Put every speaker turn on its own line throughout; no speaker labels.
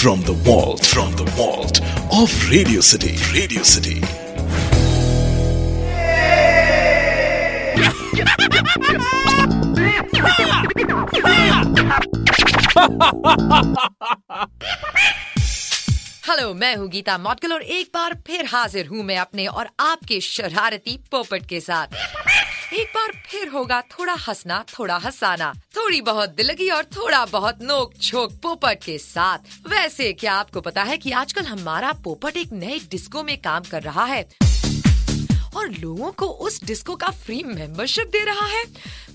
from the vault from the vault of radio city radio city
hello मैं हूँ गीता मॉडगल और एक बार फिर हाजिर हूँ मैं अपने और आपके शरारती पोपट के साथ एक बार फिर होगा थोड़ा हंसना थोड़ा हंसाना थोड़ी बहुत दिलगी और थोड़ा बहुत नोक छोक पोपट के साथ वैसे क्या आपको पता है कि आजकल हमारा पोपट एक नए डिस्को में काम कर रहा है और लोगों को उस डिस्को का फ्री मेंबरशिप दे रहा है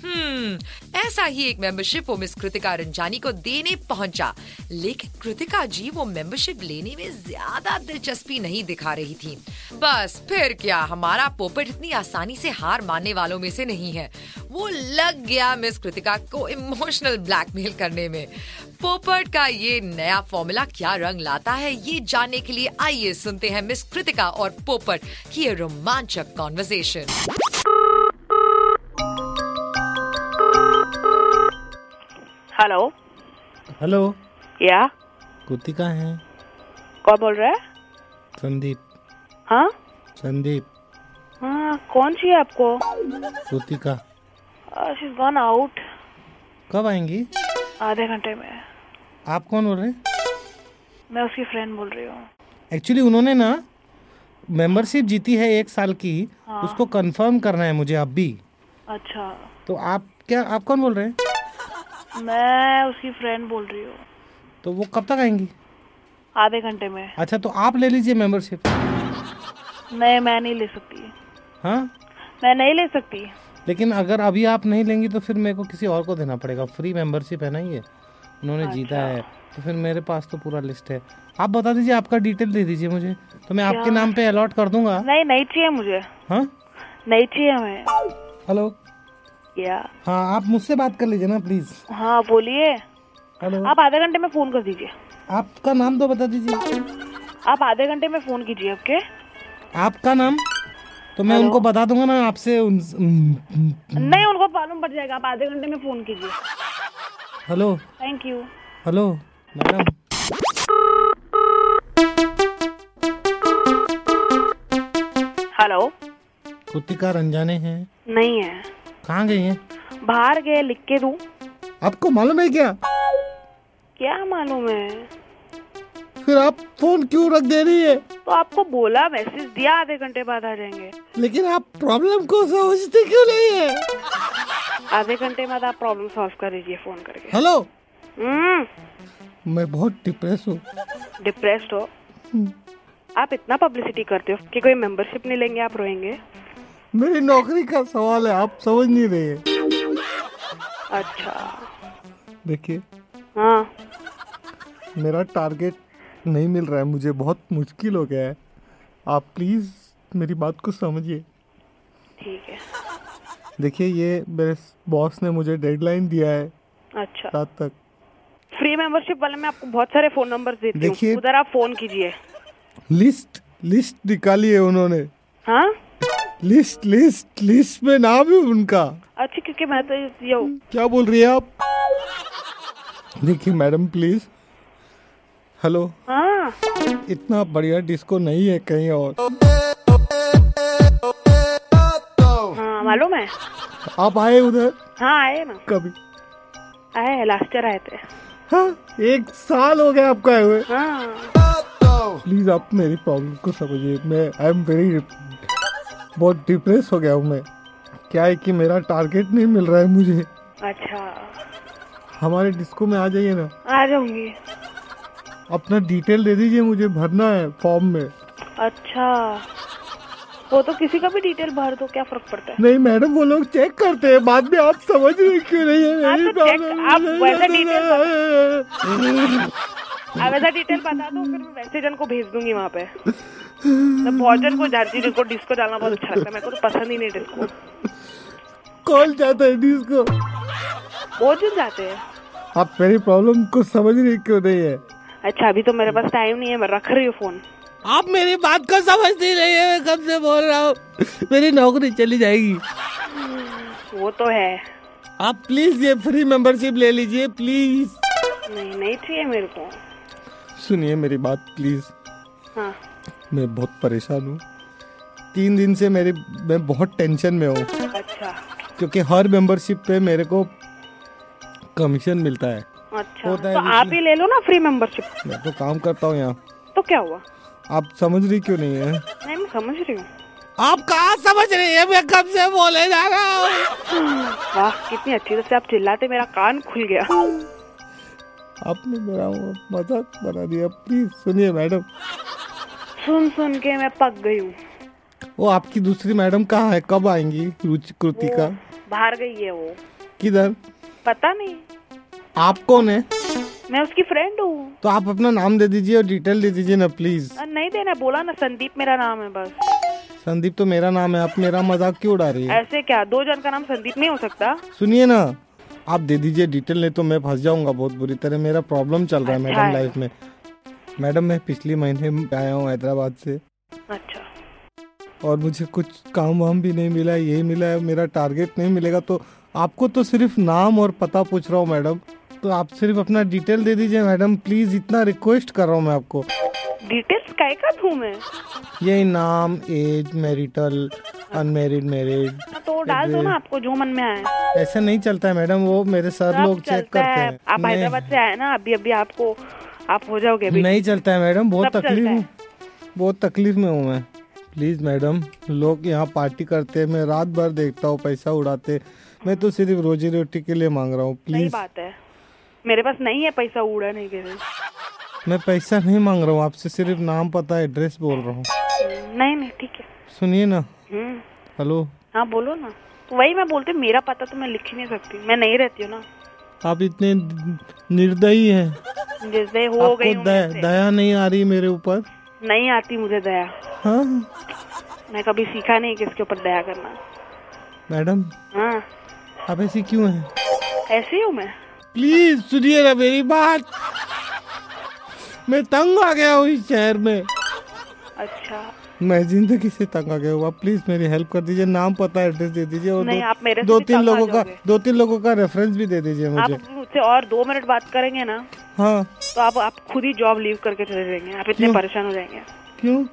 हम्म ऐसा ही एक मेंबरशिप वो मिस कृतिका रंजानी को देने पहुंचा लेकिन कृतिका जी वो मेंबरशिप लेने में ज्यादा दिलचस्पी नहीं दिखा रही थी बस फिर क्या हमारा पोपट इतनी आसानी से हार मानने वालों में से नहीं है वो लग गया मिस कृतिका को इमोशनल ब्लैकमेल करने में पोपट का ये नया फॉर्मूला क्या रंग लाता है ये जानने के लिए आइए सुनते हैं मिस कृतिका और पोपट की ये रोमांचक कॉन्वर्जेशन
हेलो
हेलो
या
कृतिका हैं
कौन बोल रहा है
संदीप
हाँ
संदीप
हाँ कौन चाहिए आपको
कृतिका
शी गॉन आउट
कब आएंगी
आधे घंटे में
आप कौन बोल रहे हैं
मैं उसकी फ्रेंड बोल रही हूँ
एक्चुअली उन्होंने ना मेंबरशिप जीती है एक साल की उसको कंफर्म करना है मुझे अब भी
अच्छा
तो आप क्या आप कौन बोल रहे हैं
मैं उसकी फ्रेंड बोल रही हूँ
तो वो कब तक आएंगी
आधे घंटे में
अच्छा तो आप ले लीजिए मेंबरशिप
नहीं मैं नहीं ले सकती
हाँ
मैं नहीं ले सकती
लेकिन अगर अभी आप नहीं लेंगी तो फिर मेरे को किसी और को देना पड़ेगा फ्री मेंबरशिप है ना ये उन्होंने जीता है तो फिर मेरे पास तो पूरा लिस्ट है आप बता दीजिए आपका डिटेल दे दीजिए मुझे तो मैं आपके नाम पे अलॉट कर दूंगा
नहीं नहीं चाहिए मुझे
हाँ
नहीं चाहिए हमें
हेलो
या
हाँ आप मुझसे बात कर लीजिए ना प्लीज
हाँ बोलिए
हेलो
आप आधे घंटे में फ़ोन कर दीजिए
आपका नाम तो बता दीजिए
आप आधे घंटे में फ़ोन कीजिए ओके
आपका नाम तो मैं उनको बता दूंगा ना आपसे उन...
नहीं उनको मालूम पड़ जाएगा आप आधे घंटे में फ़ोन कीजिए
hello
thank you
hello madam
hello
Kritika Ranjani हैं
नहीं है
कहाँ गई हैं
बाहर गए लिख के दूं
आपको मालूम है क्या
क्या मालूम है
फिर आप फोन क्यों रख दे रही है
तो आपको बोला मैसेज दिया आधे घंटे बाद आ जाएंगे
लेकिन आप प्रॉब्लम को समझते क्यों नहीं है
आधे घंटे बाद आप प्रॉब्लम सॉल्व कर लीजिए फोन करके
हेलो
हम्म
मैं बहुत डिप्रेस हूँ
डिप्रेस्ड हो आप इतना पब्लिसिटी करते हो कि कोई मेंबरशिप नहीं लेंगे आप रोएंगे
मेरी नौकरी का सवाल है आप समझ नहीं रहे हैं।
अच्छा
देखिए
हाँ
मेरा टारगेट नहीं मिल रहा है मुझे बहुत मुश्किल हो गया है आप प्लीज़ मेरी बात को समझिए
ठीक है
देखिए ये मेरे बॉस ने मुझे डेडलाइन दिया है
अच्छा
रात तक
फ्री मेंबरशिप वाले मैं आपको बहुत सारे फोन नंबर देती हूँ
देखिए-
उधर आप फोन कीजिए
लिस्ट लिस्ट निकाली है उन्होंने
हाँ
लिस्ट लिस्ट लिस्ट में नाम है उनका
अच्छा क्योंकि मैं तो ये
क्या बोल रही है आप देखिए मैडम प्लीज़ हेलो
हाँ
इतना बढ़िया डिस्को नहीं है कहीं और
हाँ मालूम है
आप आए उधर
हाँ आए ना
कभी
आए लास्ट ईयर आए थे
हाँ एक साल हो गया आपको आए हुए
हाँ
प्लीज आप मेरी प्रॉब्लम को समझिए मैं आई एम वेरी बहुत डिप्रेस हो गया हूँ मैं क्या है कि मेरा टारगेट नहीं मिल रहा है मुझे
अच्छा
हमारे डिस्को में आ जाइए ना
आ जाऊंगी
अपना डिटेल दे दीजिए मुझे भरना है फॉर्म में
अच्छा वो तो किसी का भी डिटेल भर दो क्या फर्क पड़ता है
नहीं मैडम वो लोग चेक करते हैं बाद में आप समझ रहे क्यों नहीं है
हाँ,
मेरी
तो check-
problem
आप
नहीं
वैसे
है।
detail आप ऐसा डिटेल बता दो फिर मैं वैसे जन को भेज दूंगी वहाँ पे मैं बहुत जन को जानती हूँ जिनको डिस्को डालना बहुत अच्छा लगता है मेरे को तो पसंद ही नहीं डिस्को
कौन जाता है डिस्को
बहुत जन जाते हैं
आप मेरी प्रॉब्लम को समझ रहे क्यों नहीं है
अच्छा अभी तो मेरे पास टाइम नहीं है मैं रख रही हूँ फोन
आप मेरी बात को समझती नहीं है मैं कब से बोल रहा हूँ मेरी नौकरी चली जाएगी
वो तो है
आप प्लीज ये फ्री मेंबरशिप ले लीजिए प्लीज
नहीं नहीं चाहिए मेरे को
सुनिए मेरी बात प्लीज
हाँ
मैं बहुत परेशान हूँ तीन दिन से मेरी मैं बहुत टेंशन में हूँ
अच्छा
क्योंकि हर मेंबरशिप पे मेरे को कमीशन मिलता है
अच्छा
होता है
तो आप ही ले लो ना फ्री मेंबरशिप
मैं तो काम करता हूँ यहाँ
तो क्या हुआ
आप समझ रही क्यों नहीं है
नहीं मैं समझ रही हूँ
आप कहाँ समझ रही है मैं कब से बोले जा रहा हूँ
वाह कितनी अच्छी तरह से आप चिल्लाते मेरा कान खुल गया
आपने मेरा वो मजाक बना दिया प्लीज सुनिए मैडम
सुन सुन के मैं पक गई हूँ
वो आपकी दूसरी मैडम कहाँ है कब आएंगी रुचि कृतिका
बाहर गई है वो
किधर
पता नहीं
आप कौन है
मैं उसकी फ्रेंड हूँ
तो आप अपना नाम दे दीजिए और डिटेल दे दीजिए ना प्लीज
अ, नहीं देना बोला ना संदीप मेरा नाम है बस
संदीप तो मेरा नाम है आप मेरा मजाक क्यों उड़ा रही है
ऐसे क्या दो जन का नाम संदीप नहीं हो सकता
सुनिए ना आप दे दीजिए डिटेल नहीं तो मैं फंस जाऊंगा बहुत बुरी तरह मेरा प्रॉब्लम चल रहा है
अच्छा
मैडम
है।
लाइफ में मैडम मैं पिछले महीने आया हूँ हैदराबाद से
अच्छा
और मुझे कुछ काम वाम भी नहीं मिला है, ये मिला है मेरा टारगेट नहीं मिलेगा तो आपको तो सिर्फ नाम और पता पूछ रहा हूँ मैडम तो आप सिर्फ अपना डिटेल दे दीजिए मैडम प्लीज इतना रिक्वेस्ट कर रहा हूँ मैं आपको
डिटेल्स काय का दूं मैं
ये नाम एज मैरिटल अनमेरिड मैरिड
तो डाल दो ना आपको जो मन में आए
ऐसा नहीं चलता है मैडम वो मेरे सर
सब
लोग चेक
चलता
करते
है
हैं
आप
नहीं-
हैदराबाद से आए ना अभी अभी आपको आप हो जाओगे अभी
नहीं चलता है मैडम बहुत
सब चलता
तकलीफ
है।
हूँ बहुत तकलीफ में हूँ मैं प्लीज मैडम लोग यहाँ पार्टी करते हैं मैं रात भर देखता हूँ पैसा उड़ाते मैं तो सिर्फ रोजी रोटी के लिए मांग रहा हूँ
सही
प्लीज
बात है मेरे पास नहीं है पैसा उड़ाने के लिए
मैं पैसा नहीं मांग रहा हूँ आपसे सिर्फ नाम पता एड्रेस बोल रहा हूँ
हम्म, नहीं नहीं ठीक है
सुनिए ना
हम्म
हेलो
हाँ बोलो ना वही मैं बोलती हूँ मेरा पता तो मैं लिख ही नहीं सकती मैं नहीं रहती हूँ ना
आप इतने निर्दयी हैं
जैसे हो गई
आपको
हूँ
दया,
मेरे
दया नहीं आ रही मेरे ऊपर
से। नहीं आती मुझे दया
हाँ
मैं कभी सीखा नहीं किसके ऊपर दया करना
मैडम
हाँ
आप ऐसी क्यों हैं
ऐसी हूँ मैं
प्लीज सुनिए ना मेरी बात मैं तंग आ गया हूँ इस शहर में
अच्छा
मैं जिंदगी से तंग आ गया हुआ प्लीज मेरी हेल्प कर दीजिए नाम पता एड्रेस दे दीजिए और
नहीं,
दो,
आप मेरे से
दो
भी
तीन
तंग आ
लोगों का
जाओगे।
दो तीन लोगों का रेफरेंस भी दे दीजिए
आप
मुझे
मुझसे और दो मिनट बात करेंगे ना
हाँ
तो आप आप खुद ही जॉब लीव करके चले जाएंगे आप इतने
क्यों?
परेशान हो जाएंगे
क्यों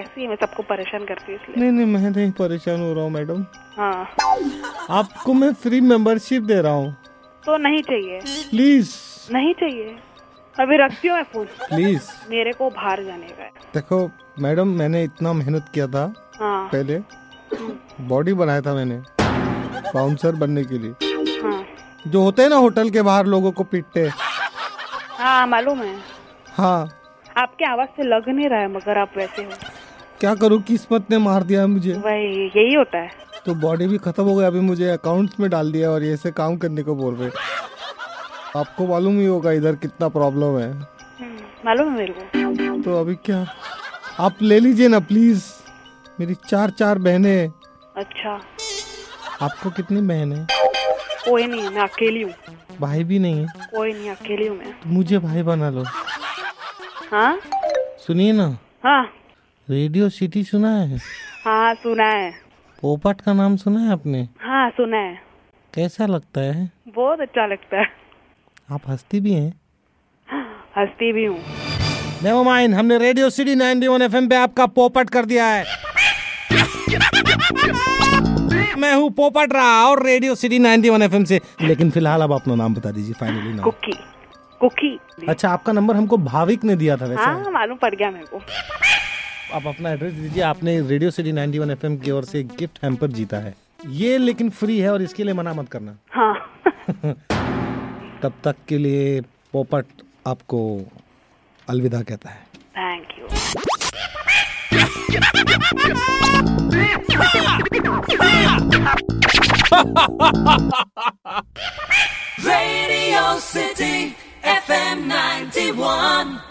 ऐसे ही मैं सबको परेशान करती हूँ इसलिए
नहीं नहीं मैं नहीं परेशान हो रहा हूँ मैडम
हाँ
आपको मैं फ्री मेंबरशिप दे रहा हूँ
तो नहीं चाहिए
प्लीज
नहीं चाहिए अभी रखती हूँ मैं फोन
प्लीज
मेरे को बाहर जाने का है
देखो मैडम मैंने इतना मेहनत किया था
हाँ
पहले बॉडी बनाया था मैंने बाउंसर बनने के लिए
हाँ
जो होते हैं ना होटल के बाहर लोगों को पीटते
हाँ मालूम है
हाँ
आपके आवाज से लग नहीं रहा है मगर आप वैसे हो
क्या करूँ किस्मत ने मार दिया मुझे
वही यही होता है
तो बॉडी भी खत्म हो गया अभी मुझे अकाउंट्स में डाल दिया और ये ऐसे काम करने को बोल रहे आपको मालूम ही होगा इधर कितना प्रॉब्लम है
हम्म, मालूम है मेरे को
तो अभी क्या आप ले लीजिए ना प्लीज मेरी चार चार बहनें हैं।
अच्छा
आपको कितनी बहन है
कोई नहीं मैं अकेली हूँ
भाई भी नहीं है
कोई नहीं अकेली हूँ मैं
तो मुझे भाई बना लो
हाँ
सुनिए ना
हाँ
रेडियो सिटी सुना है
हाँ सुना है
पोपट का नाम सुना है आपने
हाँ सुना है
कैसा लगता है
बहुत अच्छा लगता है
आप हंसती भी हैं
हंसती भी हूँ
नेवर माइंड हमने रेडियो सिटी 91 एफएम पे आपका पोपट कर दिया है मैं हूँ पोपट रहा और रेडियो सिटी 91 एफएम से लेकिन फिलहाल अब अपना नाम बता दीजिए फाइनली नाम
कुकी कुकी
अच्छा आपका नंबर हमको भाविक ने दिया था वैसे
हाँ मालूम पड़ गया मेरे को
आप अपना एड्रेस दीजिए आपने रेडियो सिटी 91 एफएम की ओर से एक गिफ्ट हैम्पर जीता है ये लेकिन फ्री है और इसके लिए मना मत करना
हाँ
तब तक के लिए पोपट आपको अलविदा कहता है
thank you
Radio City FM 91.